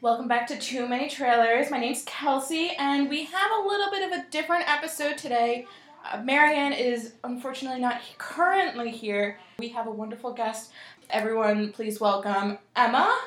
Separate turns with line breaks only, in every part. Welcome back to Too Many Trailers. My name's Kelsey, and we have a little bit of a different episode today. Uh, Marianne is unfortunately not currently here. We have a wonderful guest. Everyone, please welcome Emma.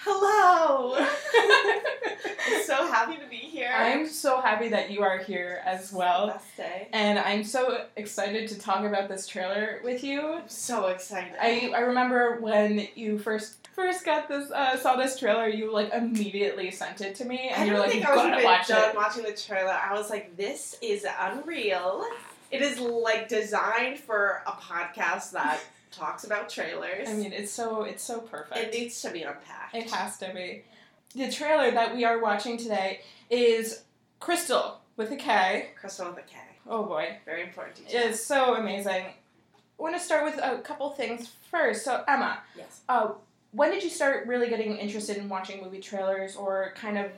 Hello! I'm so happy to be here.
I'm so happy that you are here as well.
Best day.
And I'm so excited to talk about this trailer with you.
I'm so excited.
I, I remember when you first first got this uh, saw this trailer, you like immediately sent it to me,
I
and you're
don't
like,
think
you
I was
gotta
even
watch
done
it.
watching the trailer. I was like, this is unreal. It is like designed for a podcast that talks about trailers.
I mean, it's so it's so
it
perfect.
needs to be unpacked.
It has to be. The trailer that we are watching today is Crystal with a K.
Crystal with a K.
Oh boy,
Very important detail.
it's so amazing. I want to start with a couple things first. So Emma, uh,
Yes.
when did you start really getting interested in watching movie trailers or kind of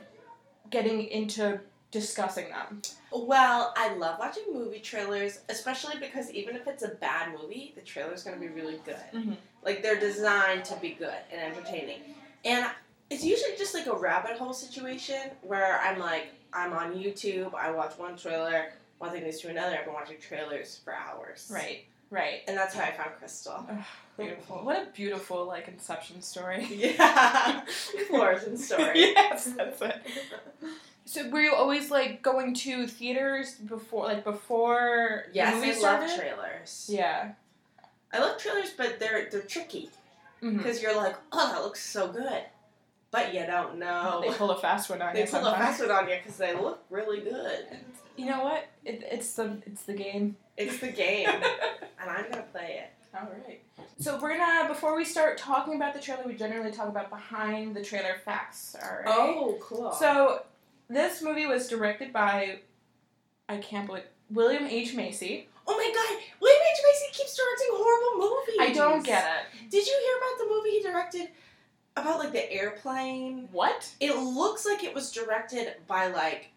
getting into discussing them?
Well, I love watching movie trailers, especially because even if it's a bad movie, the trailer's going to be really good.
Mhm.
Like they're designed to be good and entertaining. And it's usually just like a rabbit hole situation where I'm like, I'm on YouTube, I watch one trailer, one thing leads to another. I've been watching trailers for hours.
Right. Right.
And that's how I found Crystal.
Beautiful. What a beautiful like inception story.
yeah. Origin story.
yes, that's it. So were you always like going to theaters before like before the
Yes,
movie
I love
started?
trailers.
Yeah.
I love trailers, but they're they're tricky.
Mhm.
because you're like, oh, that looks so good, but you don't know.
They pull a fast one on
Oh. They
you.
pull a
sometimes.
fast one on you because they look really good.
You know what? It, it's the it's the game.
It's the game, and I'm gonna play it.
All right. So we're gonna before we start talking about the trailer, we generally talk about behind the trailer facts. All right.
cool. So
So this movie was directed by I can't believe William H Macy.
oh my god, William H Macy keeps directing horrible movies.
I don't get it.
Did you hear about the movie he directed about like the airplane?
What?
It looks like it was directed by like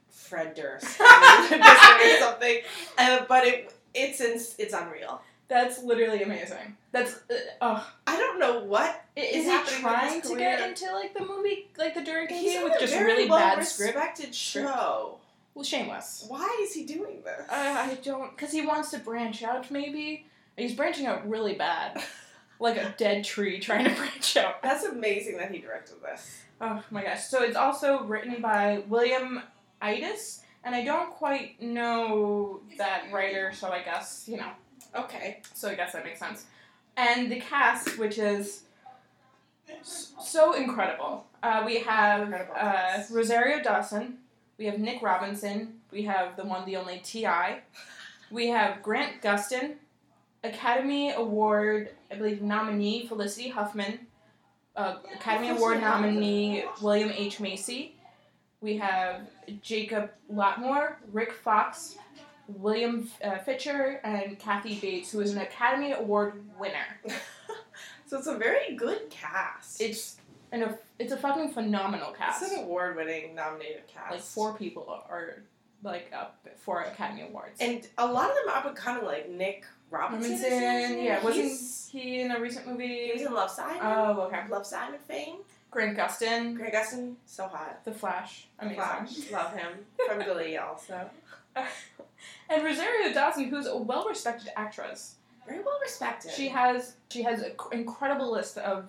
Fred Durst or something, uh, but it it's ins- it's unreal.
That's literally amazing. That's uh, oh.
I don't know what
Is,
is
he
happening with his
trying to get
career.
into like the movie, like the directing
He's
game
on
with
a
just
very
really
well
bad script?
respected show.
Well, shameless.
Why is he doing this?
Uh, I, I don't, because he wants to branch out. Maybe he's branching out really bad, like a dead tree trying to branch out.
That's amazing that he directed this.
Oh my gosh! So it's also written by William Itis, and I don't quite know that writer, so I guess you know.
Okay.
So I guess that makes sense. And the cast, which is s- so incredible. Uh, we have
Incredible
uh,
cast.
Rosario Dawson. We have Nick Robinson. We have the one, the only T.I. We have Grant Gustin, Academy Award, I believe, nominee Felicity Huffman, uh, Academy Award nominee William H. Macy. We have Jacob Lotmore, Rick Fox, William uh, Fitcher and Kathy Bates, who is an Academy Award winner.
So it's a very good cast.
It's an it's a fucking phenomenal
It's
cast.
an award winning nominated cast.
like four people are like up for Academy Awards.
And a lot of them are becoming like Nick Robinson. is his
Robinson,
name?
yeah, wasn't
He's-
he in a recent movie?
he was in Love Simon.
oh, okay. Mm-hmm.
Love Simon fame.
Grant Gustin,
Greg Gustin, so hot.
The Flash, amazing.
Flash, love him. From Glee also.
And Rosario Dawson, who's a well-respected actress.
Very well respected.
She has she has an incredible list of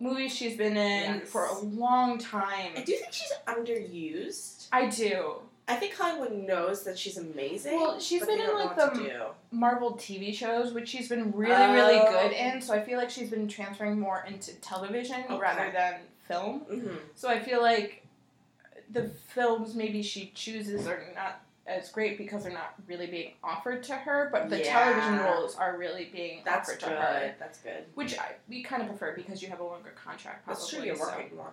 movies she's been in
Yes.
for a long time.
I do think she's underused.
I do.
I think Hollywood knows that she's amazing.
Well, she's
she's
been in like the
do.
Marvel TV shows, which she's been really, really
Oh.
good in. So I feel like she's been transferring more into television
Okay.
rather than film.
Mm-hmm.
So I feel like the films maybe she chooses are not as great because they're not really being offered to her, but the
Yeah.
television roles are really being
That's
offered
good.
to her.
That's good.
Which I, we kind of prefer because you have a longer contract. Probably,
That's true. You're
so.
working more.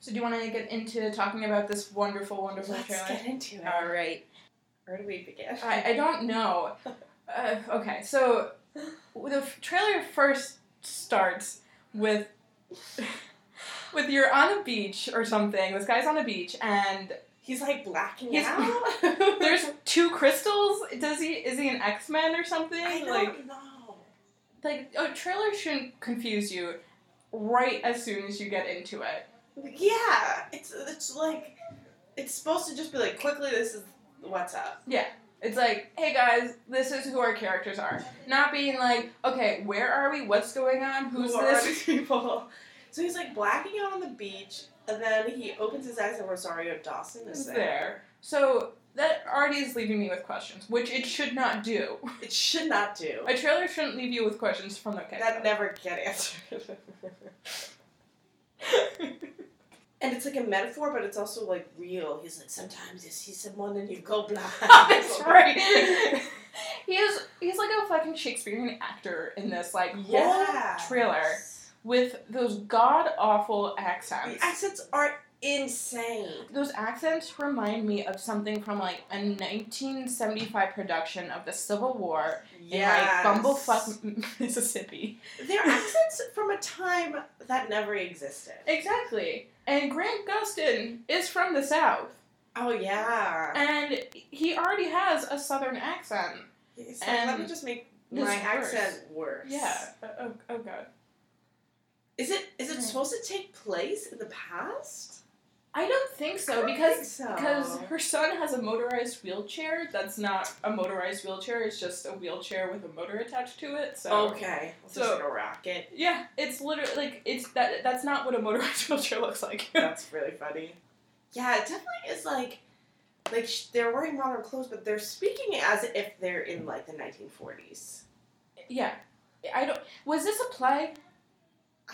So do you want to get into talking about this wonderful, wonderful
Let's
trailer?
get into it.
All right.
Where do we begin?
I, I don't know. Uh, okay, so the f- trailer first starts with with you're on a beach or something. This guy's on a beach and
He's like blacking
He's-
out.
there's two crystals. Does he is he an X Men or something?
I don't
Like
know.
like a trailer shouldn't confuse you right as soon as you get into it.
Yeah, it's it's like it's supposed to just be like quickly. This is what's up.
It's like, hey guys, this is who our characters are. Not being like, okay, where are we? What's going on? Who's
Who are
this?
these people? So he's like blacking out on the beach, and then he opens his eyes, and Rosario Dawson is
Is So that already is leaving me with questions, which it should not do.
It should not do.
A trailer shouldn't leave you with questions from the get
That never get answered. and it's like a metaphor, but it's also like real. He's like, sometimes you see someone and you go blind.
That's right. he is he's like a fucking Shakespearean actor in this like whole
Yeah.
trailer with those god awful accents.
The accents are insane.
Those accents remind me of something from like a 1975 production of the Civil War in like bumblefuck M- Mississippi.
They're accents from a time that never existed.
Exactly. And Grant Gustin is from the South,
Oh yeah.
and he already has a Southern accent.
It's like, let
and
me just make
this
my
verse.
accent worse.
Yeah. Oh, oh god.
Is it is it
Right. supposed
supposed to take place in the past?
I don't think so because Because her son has a motorized wheelchair that's not a motorized wheelchair, it's just a wheelchair with a motor attached to it. So
okay, it's
So-
like a rocket.
yeah, it's literally like it's that that's not what a motorized wheelchair looks like.
That's really funny. Yeah, it definitely is like like sh- they're wearing modern clothes, but they're speaking as if they're in like the 1940s.
yeah. I don't was this a play?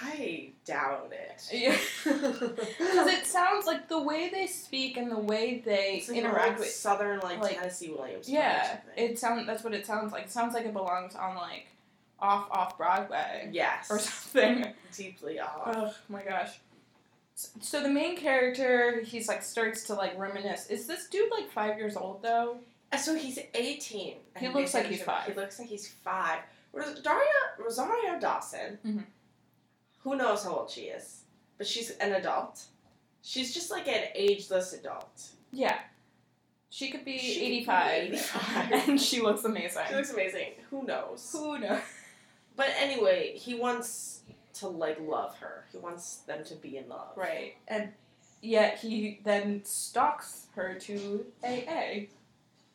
I doubt it.
Yeah. Cuz
Because
it sounds like the way they speak and the way they
it's like an
interact
old
with
southern like,
like-
Tennessee Williams. play or
Yeah,
something.
it sound that's what it sounds like. It sounds like it belongs on like off off Broadway
yes,
or something.
deeply off.
Oh my gosh. S- So the main character, he's like starts to like reminisce. Is this dude like five years old though?
Uh, So he's 18.
He
And
looks
they
like he's
said
five.
He looks like he's five. Ros- Daria, Rosario Dawson,
Mhm.
who knows how old she is, but she's an adult. She's just like an ageless adult.
Yeah, she could be
She could be
eighty-five,
85.
and she looks amazing.
She looks amazing. Who knows?
Who knows?
But anyway, he wants to like love her. He wants them to be in love.
Right, and yet he then stalks her to AA,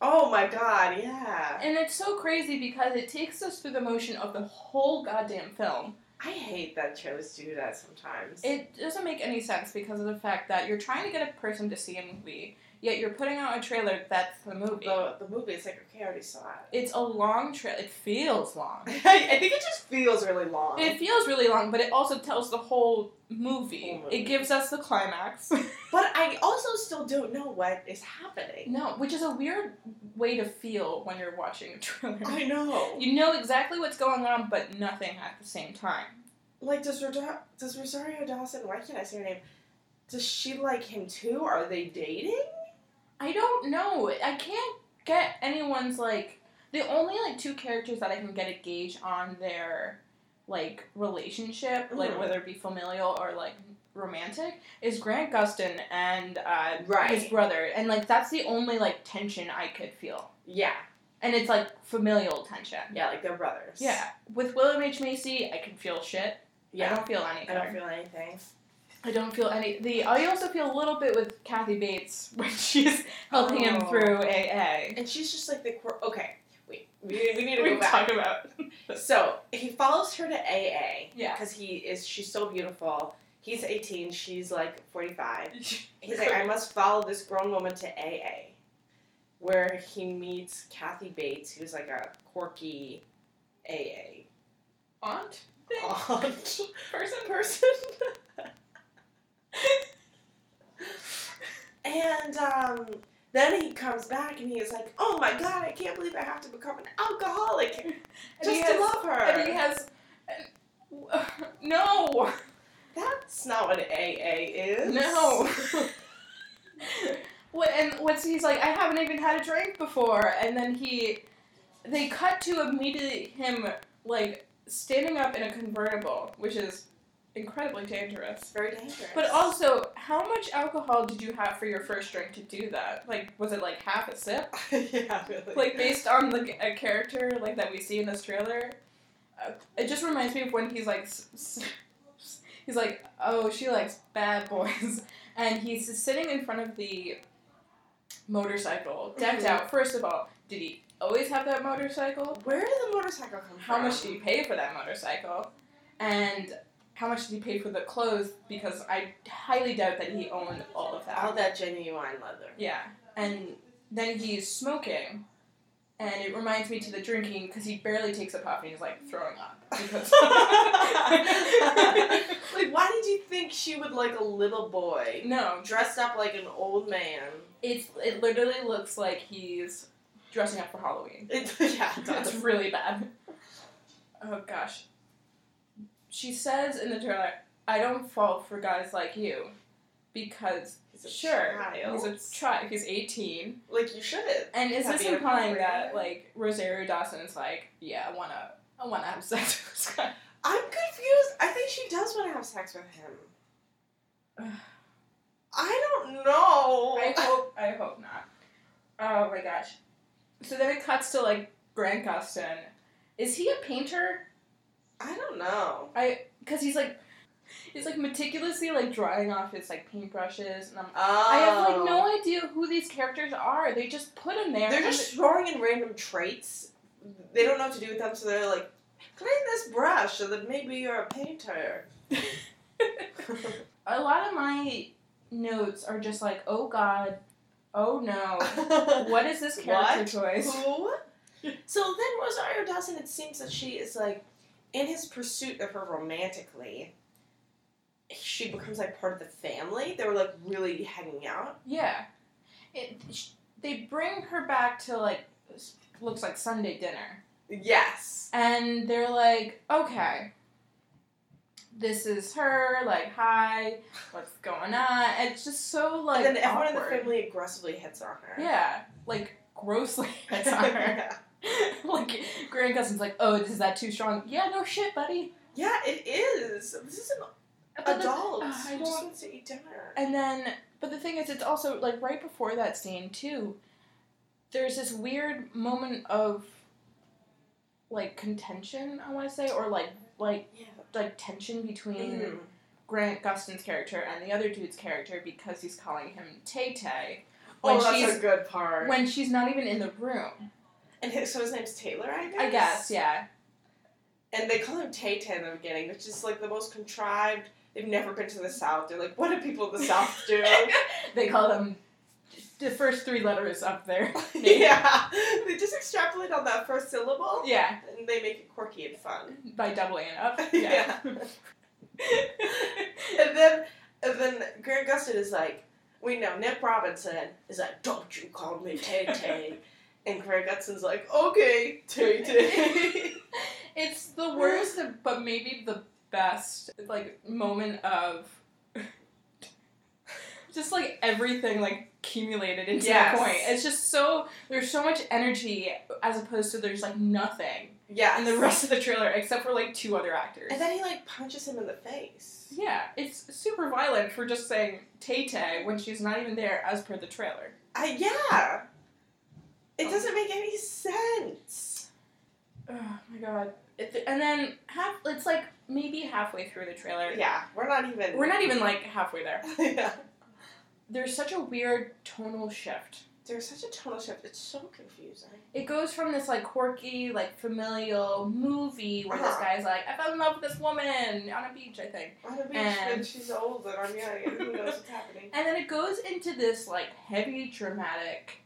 Oh my god, yeah.
and it's so crazy because it takes us through the motion of the whole goddamn film.
I hate that trailers do that sometimes.
It doesn't make any sense because of the fact that you're trying to get a person to see a movie, yet you're putting out a trailer that's the movie.
the, the movie, it's like, okay, I already saw it.
It's a long trail. It feels long.
I think it just feels really long.
It feels really long, but it also tells the whole movie.
Whole movie.
It gives us the climax.
But I also still don't know what is happening.
no, which is a weird way to feel when you're watching a trailer.
I know.
You know exactly what's going on, but nothing at the same time.
Like, does, Roda- does Rosario Dawson, why can't I say her name? Does she like him too? Are they dating?
I don't know. I can't get anyone's like the only like two characters that I can get a gauge on their like relationship, like
Mhm.
whether it be familial or like romantic, is Grant Gustin and uh, his
Right.
brother, and like that's the only like tension I could feel,
Yeah.
and it's like familial tension.
Yeah, like they're brothers.
Yeah, with William H Macy, I can feel shit. I
Yeah.
don't feel anything.
I don't feel anything.
I don't feel any. The I also feel a little bit with Kathy Bates when she's helping him
Oh.
through AA.
And she's just like the quir- okay. Wait, we, we need to
We
go back.
talk about
So he follows her to AA
yeah.
because he is. She's so beautiful. He's eighteen. She's like forty-five. He's like, I must follow this grown woman to AA, where he meets Kathy Bates, who's like a quirky AA
aunt thing?
aunt
person.
person. and um, then he comes back and he is like, Oh my god, I can't believe I have to become an alcoholic
and
just
he
to
has,
love her.
And he has. no,
That's not what AA is.
no. what and what's he's like? I haven't even had a drink before, and then he, they cut to immediately him like standing up in a convertible, which is incredibly dangerous.
It's very dangerous.
But also, how much alcohol did you have for your first drink to do that? Like, was it like half a sip?
yeah, really.
like based on the a character like that we see in this trailer, uh, it just reminds me of when he's like, s- s- He's like, oh, she likes bad boys. And he's just sitting in front of the motorcycle, decked
Mhm.
out. First of all, did he always have that motorcycle?
Where did the motorcycle come from?
How much did he pay for that motorcycle? And how much did he pay for the clothes? Because I highly doubt that he owned all of that.
All that genuine leather.
Yeah, and then he's smoking, and it reminds me to the drinking because he barely takes a puff and he's like throwing up. Because
Like, why did you think she would like a little boy
no,
dressed up like an old man?
it's it literally looks like he's dressing up for Halloween.
It, yeah, it
It's
does.
really bad. Oh gosh. She says in the trailer, "I don't fall for guys like you," because
He's a
sure
child.
he's a child. He's eighteen.
like you shouldn't.
And is
That'd
this
be
implying
inappropriate.
that like Rosario Dawson is like, yeah, I wanna, I wanna have sex with this guy?
I'm confused. I think she does want to have sex with him. I don't know.
I hope, I hope not. Oh my gosh. So then it cuts to like Grant Gustin. Is he a painter?
I don't know.
Because he's like, he's like meticulously like drawing off his like paintbrushes, and I'm.
Oh.
I have like no idea who these characters are. They Oh. just put them there.
They're
and
just throwing in random traits. They don't know what to do with them, so they're like, clean this brush so that maybe you're a painter.
a lot of my notes are just like, oh god, oh no, what is this character
What?
choice?
Who? So then Rosario Dawson, it seems that she is like, in his pursuit of her romantically, she becomes like part of the family. They were like really hanging out.
Yeah, it. Sh- they bring her back to like s- looks like Sunday dinner,
Yes.
and they're like, okay, this is her. Like, hi, what's going on? It's just so like
and then everyone in
awkward.
the family aggressively hits on her.
Yeah, like grossly. It's on her.
yeah.
like Grand Cousin's like, oh, is that too strong? Yeah, no shit, buddy.
Yeah, it is. This is an
But the-
adult.
Ugh, I
who
don't-
just wants to eat dinner.
And then, but the thing is, it's also like right before that scene too. There's this weird moment of like contention, I want to say, or like like
Yeah.
like tension between
Mm-hmm.
Grant Gustin's character and the other dude's character because he's calling him Tay Tay when
Oh, that's
she's
a good part.
when she's not even in the room.
and his, so his name's Taylor, I guess.
I guess, yeah.
And they call him Tay Tay in the beginning, which is like the most contrived. They've never been to the South. They're like, what do people of the South do?
they call them the first three letters up there.
yeah, they just extrapolate on that first syllable
Yeah,
and they make it quirky and fun.
by doubling it up.
And then, and then Grant Gustin is like, we know Nick Robinson is like, don't you call me Tay Tay. and Grant Gustin's like, okay, Tay Tay.
It's the worst, but maybe the best, like, moment of just like everything, like, accumulated into that
Yes.
point. It's just so, there's so much energy as opposed to there's like nothing
yeah,
in the rest of the trailer except for like two other actors.
And then he like punches him in the face.
yeah, it's super violent for just saying Tay Tay when she's not even there as per the trailer.
I yeah. It doesn't make any sense.
Oh my god. It, and then half it's like maybe halfway through the trailer.
Yeah, we're not even.
We're not even like halfway there.
yeah.
There's such a weird tonal shift.
There's such a tonal shift. It's so confusing.
It goes from this like quirky, like familial movie where this
Uh-huh.
guy's like, I fell in love with this woman on a beach, I think.
On a beach
And-
when she's old and I'm young and who knows what's happening.
And then it goes into this like heavy dramatic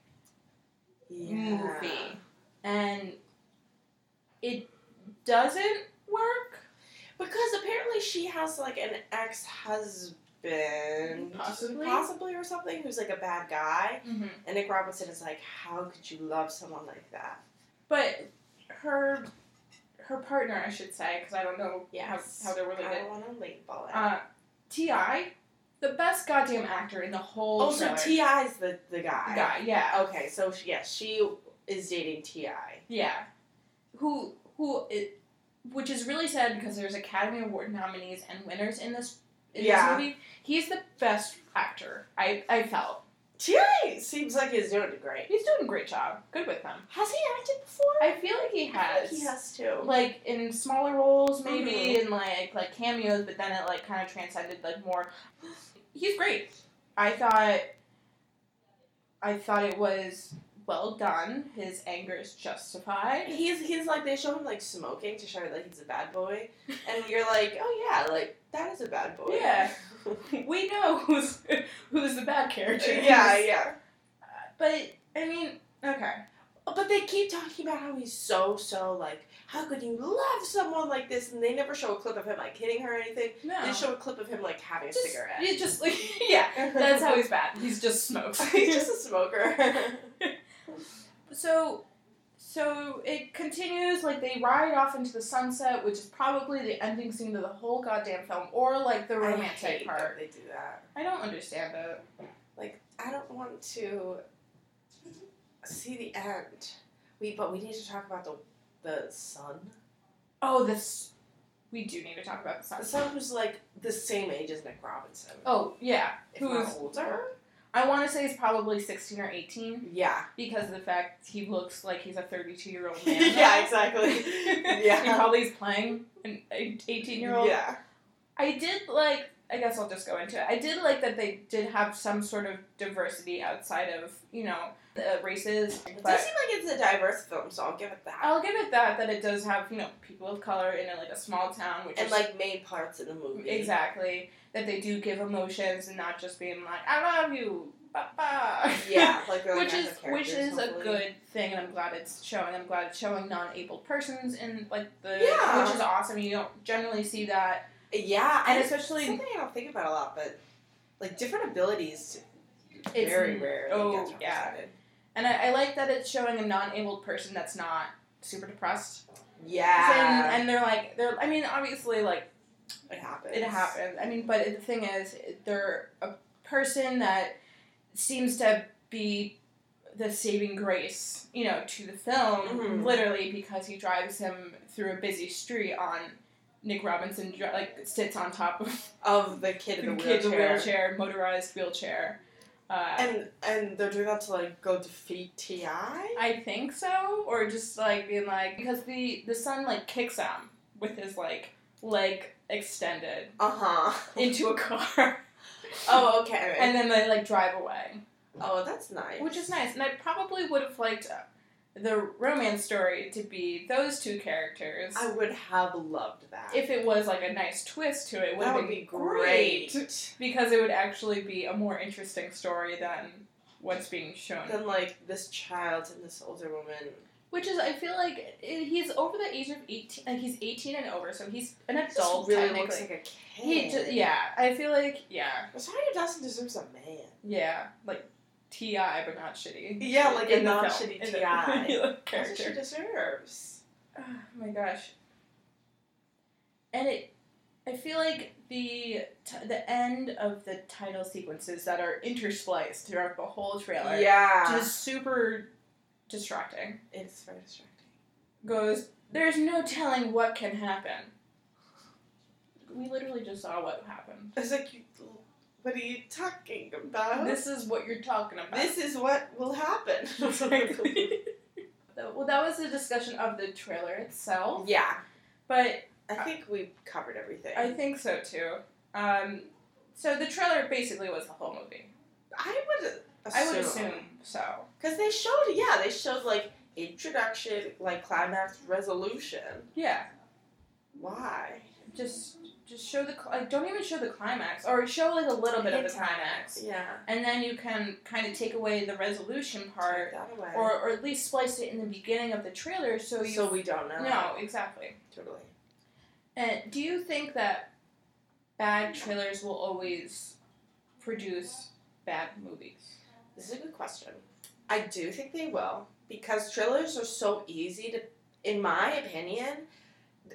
movie. And it doesn't work.
Because apparently she has like an ex-husband,
Possibly.
possibly or something, who's like a bad guy.
Mm-hmm.
And Nick Robinson is like, how could you love someone like that?
But her her partner, I should say, because I don't know
Yes.
how, how they're
I
related.
don't want to label it.
Uh, Ti, the best goddamn actor in the whole.
oh, so
trailer.
Ti's the the guy.
guy, yeah,
Okay, so she, yeah, she is dating Ti.
yeah, who who, it, which is really sad because there's Academy Award nominees and winners in this in
Yeah.
this movie. He's the best actor I I felt.
Ti seems like he's doing great.
He's doing a great job. Good with him.
Has he acted before?
I feel like he
I
has. Mm-hmm.
think he has too.
Like in smaller roles, maybe,
Mhm.
and like like cameos, but then it like kind of transcended like more. He's great. I thought. I thought it was well done. His anger is justified.
He's he's like they show him like smoking to show like he's a bad boy, and you're like, oh yeah, like that is a bad boy.
Yeah. We know who's who's the bad character. is.
yeah, yeah.
But I mean, okay.
But they keep talking about how he's so so like, how could you love someone like this? And they never show a clip of him like hitting her or anything.
No.
They show a clip of him like having a
just,
cigarette.
You just like yeah. That's how he's bad. He's just smokes.
he's just a smoker.
so so it continues like they ride off into the sunset, which is probably the ending scene of the whole goddamn film, or like the
I
romantic
hate that
part.
they do that.
I don't understand it.
I don't want to see the end. We but we need to talk about the the son.
Oh, this we do need to talk about the
The
sunset.
son who's like the same age as Nick Robinson.
Oh yeah,
if
who's
not older?
I want to say he's probably sixteen or eighteen
Yeah.
because of the fact he looks like he's a thirty-two year old man.
yeah, exactly.
he
Yeah.
probably is playing an eighteen year old.
Yeah.
I did like. I guess I'll just go into it. I did like that they did have some sort of diversity outside of you know the races,
It does
but
seem like it's a diverse film, so I'll give it that.
I'll give it that that it does have you know people of color in a, like a small town, which
and
is
like main parts in the movie.
exactly that they do give emotions and not just being like I love you, papa.
Yeah, like really
Which is
massive
which
characters,
is a
hopefully.
good thing, and I'm glad it's showing. I'm glad it's showing non-abled persons in like the
Yeah.
which is awesome. You don't generally see that,
Yeah,
and
I-
especially
something I don't think about a lot, but like different abilities,
It's-
very rare.
oh, yeah. And I, I like that it's showing a non-abled person that's not super depressed.
Yeah,
And, and they're like, they're. I mean, obviously, like
it happens.
it happens. I mean, but the thing is, they're a person that seems to be the saving grace, you know, to the film,
Mhm.
literally because he drives him through a busy street on. Nick Robinson dri- like sits on top of
Of the kid in
the
the
kid's
wheelchair.
wheelchair, motorized wheelchair. Uh,
And and they're doing that to like go defeat Ti.
I think so, or just like being like because the the son like kicks him with his like leg extended
Uh huh.
into a car,
oh okay.
Uh-huh. and then they like drive away,
oh, that's nice.
which is nice. And I probably would have liked uh, the romance story to be those two characters.
I would have loved that.
if it was like a nice twist to it, would
that
have
would
been
be great.
because it would actually be a more interesting story than what's being shown.
Then like this child and this older woman.
Which is, I feel like i he's over the age of eighteen. Like he's eighteen and over, so he's an
This
adult.
really
technically.
looks like a kid.
He just, yeah, I feel like yeah,
Rosario Dawson deserves a man.
yeah, like Ti, but not shitty.
Yeah, like
in
a
the film,
non-shitty
in the-
T.I.
like,
That's what she
character.
deserves.
Oh my gosh. And it, I feel like the t- the end of the title sequences that are interspliced throughout the whole trailer,
yeah.
just super distracting.
it's very distracting.
Goes, there's no telling what can happen. We literally just saw what happened.
It's like, you, what are you talking about?
This is what you're talking about.
This is what will happen.
Exactly. well, that was the discussion of the trailer itself,
yeah.
but
I think we covered everything.
I think so too. Um, so the trailer basically was the whole movie.
I would assume.
I would assume so.
Because they showed, yeah, they showed like introduction, like climax, resolution.
Yeah,
Why?
just just show the cl- like don't even show the climax or show like a little bit of the
Hint at
climax,
Yeah.
and then you can kind of take away the resolution
Take
part
that away.
or or at least splice it in the beginning of the trailer so you
so we don't know.
no exactly.
Totally.
And do you think that bad trailers will always produce bad movies?
This is a good question. I do think they will because trailers are so easy to, in my opinion,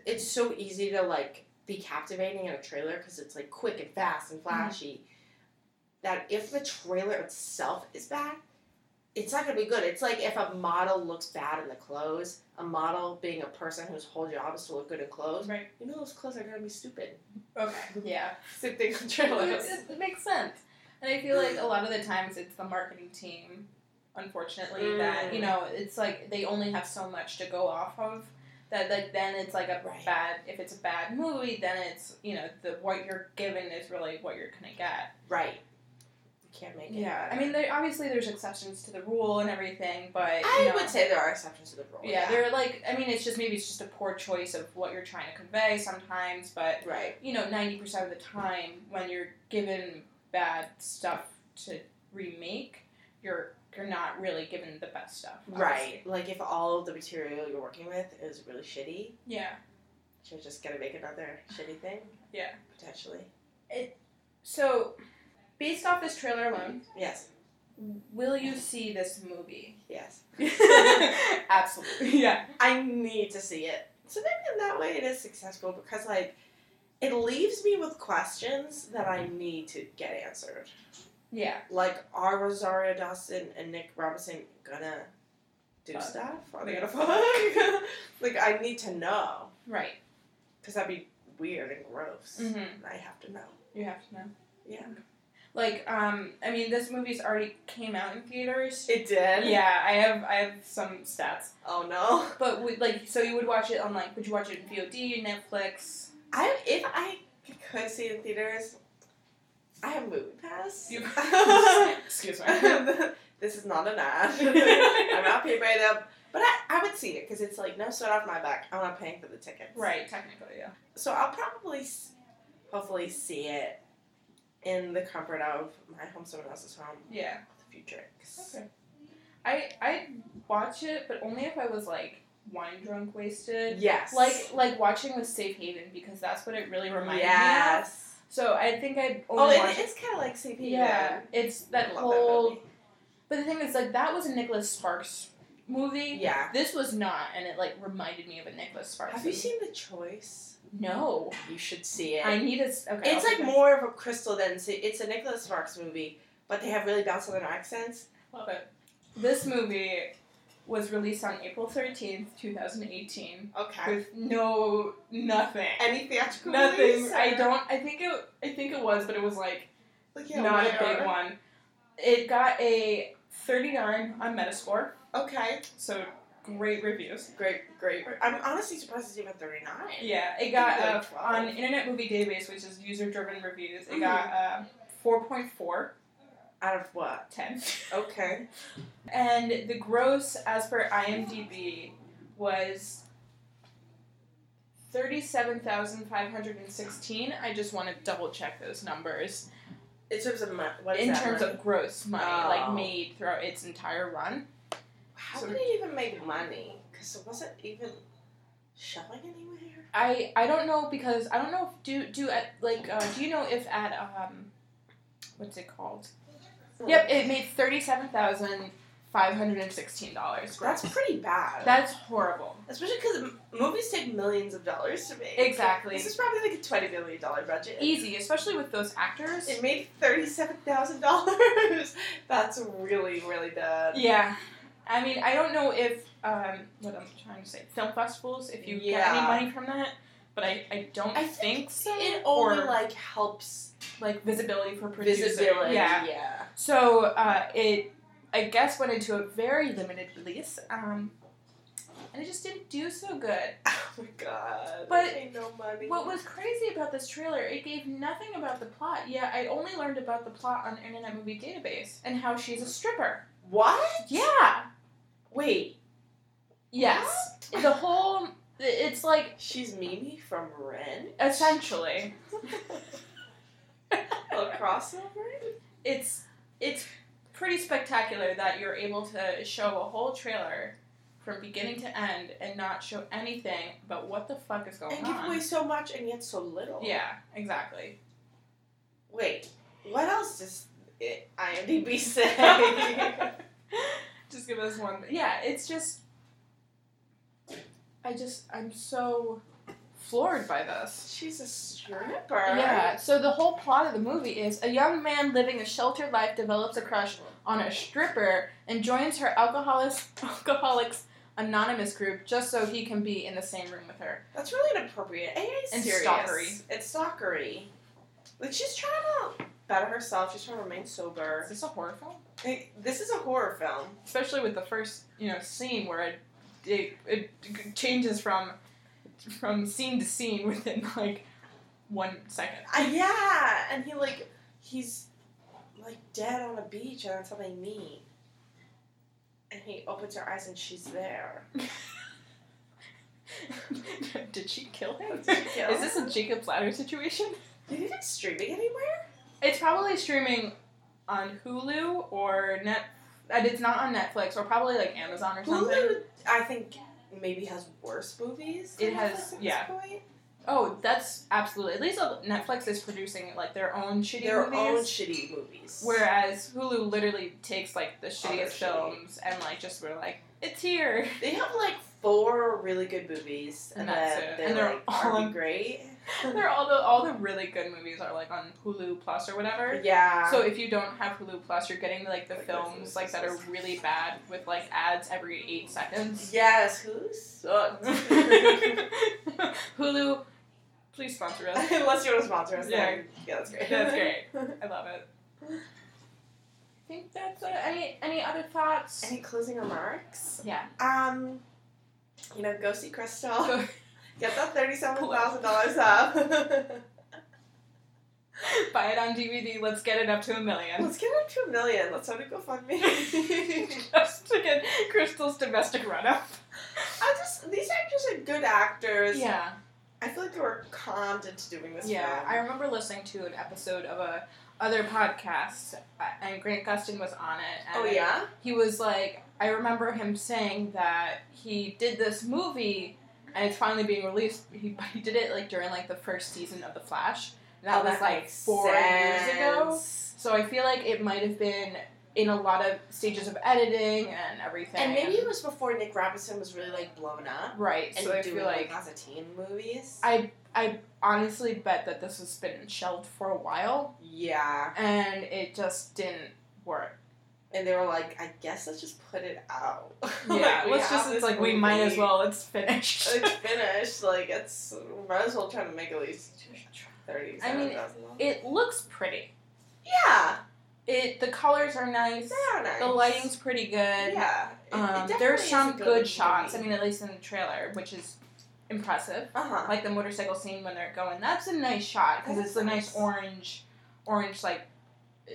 it's so easy to like be captivating in a trailer because it's like quick and fast
Mm-hmm.
and flashy. That if the trailer itself is bad, it's not gonna be good. It's like if a model looks bad in the clothes, a model being a person whose whole job is to look good in clothes.
Right.
You know those clothes are gonna be stupid.
Okay. Yeah.
Same thing with
it,
trailers.
it makes sense. And I feel like a lot of the times it's the marketing team, unfortunately, that you know it's like they only have so much to go off of. That like then it's like a
Right.
bad if it's a bad movie then it's you know the what you're given is really what you're gonna get.
Right. You can't make it.
Yeah, I
better.
mean there obviously there's exceptions to the rule and everything, but
I
you know,
would say there are exceptions to the rule.
yeah, they're like I mean it's just maybe it's just a poor choice of what you're trying to convey sometimes, but
Right.
you know, 90% of the time when you're given bad stuff to remake, you're you're not really given the best stuff. obviously.
Right. Like if all of the material you're working with is really shitty,
Yeah.
should I just gonna make another shitty thing?
Yeah.
Potentially.
So, based off this trailer alone,
Yes.
will you see this movie?
Yes.
Absolutely. Yeah.
I need to see it. So maybe in that way it is successful because like it leaves me with questions that I need to get answered.
Yeah.
Like, are Rosario Dawson and Nick Robinson gonna do
Fuck.
stuff? Are they gonna fuck? like, I need to know
Right.
because that'd be weird and gross.
Mhm.
And I have to know.
You have to know.
Yeah.
Like um I mean this movie's already came out in theaters.
It did.
Yeah, I have I have some stats.
Oh no.
But would, like so you would watch it on like would you watch it in VOD, Netflix?
I if I could see it in theaters, I have movie pass.
You- Excuse
this is not an ad. I'm not paid by them. But I, I would see it because it's like no sweat off my back. I'm not paying for the tickets.
right, technically, yeah.
So I'll probably, s- hopefully, see it in the comfort of my home, someone else's home,
Yeah.
with a few drinks.
Okay. I I watch it, but only if I was like wine drunk, wasted.
Yes.
Like like watching with Safe Haven because that's what it really reminded me of.
yes.
So I think I'd
Oh,
only
it,
watch
it's kind of like CP.
Yeah, it's that
I love
whole.
That movie.
but the thing is, like that was a Nicholas Sparks movie.
Yeah.
This was not, and it like reminded me of a Nicholas Sparks.
Have you
movie.
seen The Choice?
No,
You should see it.
I need a. s- Okay,
it's
I'll
like
see
more of a Crystal than Sa- it's a Nicholas Sparks movie, but they have really bouncy southern accents.
that. Love it. This movie was released on April thirteenth, two thousand eighteen.
Okay.
with no nothing.
Any theatrical
nothing.
release?
I don't. I think it. I think it was, but it was like
Like, yeah,
not a
where?
big one. It got a 39 on Metascore,
Okay.
so great reviews.
Great, great. I'm honestly surprised it's even 39.
Yeah, it got
Like Mm-hmm.
uh,
12.
on Internet Movie Database, which is user-driven reviews. It got uh, 4.4
Out of what?
10,
Okay.
and the gross as per IMDb was. 37,516. I just want to double check those numbers.
In terms of mon- what
in
is that
terms
money?
of gross money,
Oh.
like made throughout its entire run.
how
so-
did it even make money? Because it wasn't even showing anywhere.
I I don't know because I don't know if do do at like uh, do you know if at um what's it called? Yep, it made thirty seven thousand five hundred and sixteen dollars gross.
that's pretty bad.
That's horrible.
Especially because movies take millions of dollars to make.
Exactly.
This is probably like a twenty million dollar budget.
Easy, especially with those actors.
It made thirty-seven thousand dollars. That's really, really bad.
Yeah. I mean, I don't know if um what I'm trying to say, film festivals, if you get
Yeah.
any money from that, but I, I don't
I
think, so.
It only
or
like helps
like visibility for producers.
visibility.
Yeah. So uh, it, I guess, went into a very limited release, um, and it just didn't do so good.
Oh my god.
But
ain't no money.
What was crazy about this trailer? It gave nothing about the plot. Yeah, I only learned about the plot on Internet Movie Database and how she's a stripper.
What?
Yeah.
Wait.
Yes. The whole. It's like
She's Mimi from Ren.
essentially.
A crossover.
it's it's pretty spectacular that you're able to show a whole trailer from beginning to end and not show anything about what the fuck is going
And give
on.
away so much and yet so little.
Yeah, exactly.
Wait. What else does it, IMDb say?
just give us one. Yeah, it's just. I just I'm so floored by this.
She's a stripper.
Yeah. So the whole plot of the movie is a young man living a sheltered life develops a crush on a stripper and joins her alcoholics alcoholics anonymous group just so he can be in the same room with her.
That's really inappropriate. AA is
And
serious.
stalkery.
It's stalkery. Like she's trying to better herself. She's trying to remain sober.
Is this a horror film?
Like, this is a horror film.
Especially with the first, you know, scene where it it, it changes from from scene to scene within like one second.
Uh, yeah, and he like he's like dead on a beach, and that's how they meet. And he opens her eyes, and she's there.
Did she kill him?
Did she kill
Is this a Jacob Ladder situation?
Did it streaming anywhere?
It's probably streaming on Hulu or net. And it's not on Netflix or probably like Amazon or something.
Hulu, I think maybe has worse movies. than
It has-
Netflix at this
yeah.
point.
Oh, that's absolutely. At least Netflix is producing like their own shitty
Their
movies.
own shitty movies.
Whereas Hulu literally takes like the
they're
shittiest
shitty.
films and like just were like, it's here.
They have like four really good movies, and,
And that's
then
it.
they're,
And they're
like,
all-
aren't they great.
They're all the all the really good movies are like on Hulu Plus or whatever.
yeah.
So if you don't have Hulu Plus, you're getting like the
Like,
films
that's-
like that are really bad with like ads every eight seconds.
yes, who sucks?
Hulu, please sponsor us.
Unless you want to sponsor us, then- yeah, that's great.
That's great. I love it. I think that's it. Any any other thoughts?
Any closing remarks?
Yeah.
Um, you know, go see Crystal. Get that thirty-seven
Pull it.
thousand dollars up.
Buy it on DVD. Let's get it up to a million.
Let's get up to a million. Let's start a GoFundMe.
Just to get Crystal's domestic run up.
I just these actors are good actors.
Yeah.
I feel like they were conned into doing this.
Yeah.
film.
I remember listening to an episode of a other podcast uh, and Grant Gustin was on it. And
Oh yeah.
He was like, I remember him saying that he did this movie and it's finally being released. He, he did it like during like the first season of The Flash. And that
Oh,
was like
makes
four years ago.
sense.
So I feel like it might have been in a lot of stages of editing and everything.
And maybe it was before Nick Robinson was really like blown up
right.
and
So I
doing
feel like
lots of teen movies.
I I honestly bet that this has been shelved for a while
yeah.
and it just didn't work.
And they were like, I guess let's just put it out.
Yeah,
Like, we
let's
have
just
this
it's like we might as
movie.
well. It's finished.
It's finished. Like it's might as well try to make at least thirty.
I mean, it looks pretty.
yeah,
It the colors are nice.
they are nice.
The lighting's pretty good.
yeah. It,
Um,
it
there's some
good,
good, shots. I mean, at least in the trailer, which is impressive.
uh huh.
like the motorcycle scene when they're going. That's a nice shot because
That
it's a
is
nice
nice.
orange, orange like uh,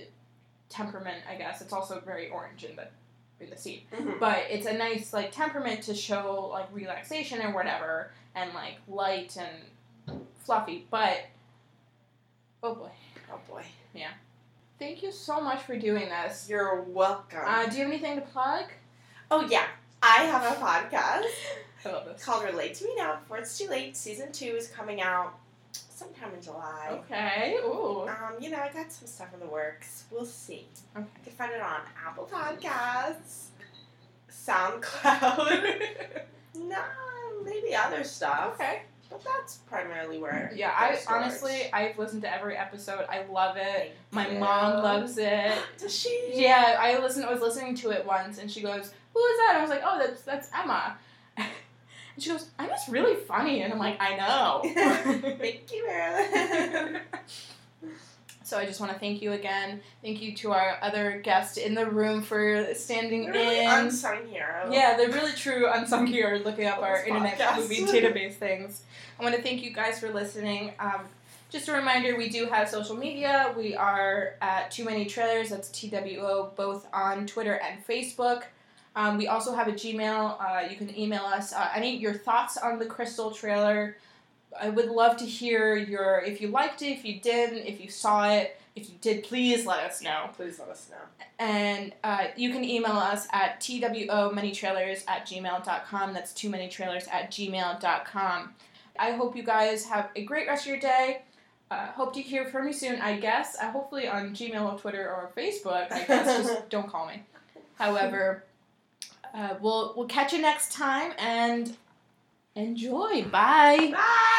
temperament. I guess it's also very orange in the in the scene,
mm-hmm.
but it's a nice like temperament to show like relaxation and whatever, and like light and fluffy. But oh boy,
Oh boy,
thank you so much for doing this.
you're welcome.
Uh, do you have anything to plug?
oh yeah, I have a podcast.
I love
It's called Relate to Me Now Before It's Too Late. Season two is coming out sometime in July.
Okay. Ooh.
Um, you know, I got some stuff in the works. We'll see.
Okay.
You can find it on Apple Podcasts, SoundCloud, no, maybe other stuff.
Okay.
But that's primarily where.
Yeah,
it
I
starts.
honestly I've listened to every episode. I love it.
Thank
My
you.
mom loves it.
Does she?
Yeah, I listened. I was listening to it once, and she goes, "Who is that?" And I was like, "Oh, that's that's Emma." and she goes, "Emma's really funny," and I'm like, "I know."
Thank you, Marilyn.
so I just want to thank you again. Thank you to our other guest in the room for standing
You're really
in.
unsung hero.
Yeah, the really true unsung hero looking up our
This
internet
podcast.
movie database things. I want to thank you guys for listening. Um, just a reminder, we do have social media. We are at Too Many Trailers, that's TWO, both on Twitter and Facebook. Um, we also have a Gmail. Uh, you can email us uh, any your thoughts on the Crystal trailer. I would love to hear your if you liked it, if you didn't, if you saw it. If you did, please let us know.
Please let us know.
And uh, you can email us at twomanytrailers at gmail.com. That's too many trailers at gmail.com. I hope you guys have a great rest of your day. Uh, hope to hear from you soon, I guess. Uh, hopefully on Gmail or Twitter or Facebook, I guess. Just don't call me. However, uh, we'll, we'll catch you next time and enjoy. Bye.
Bye.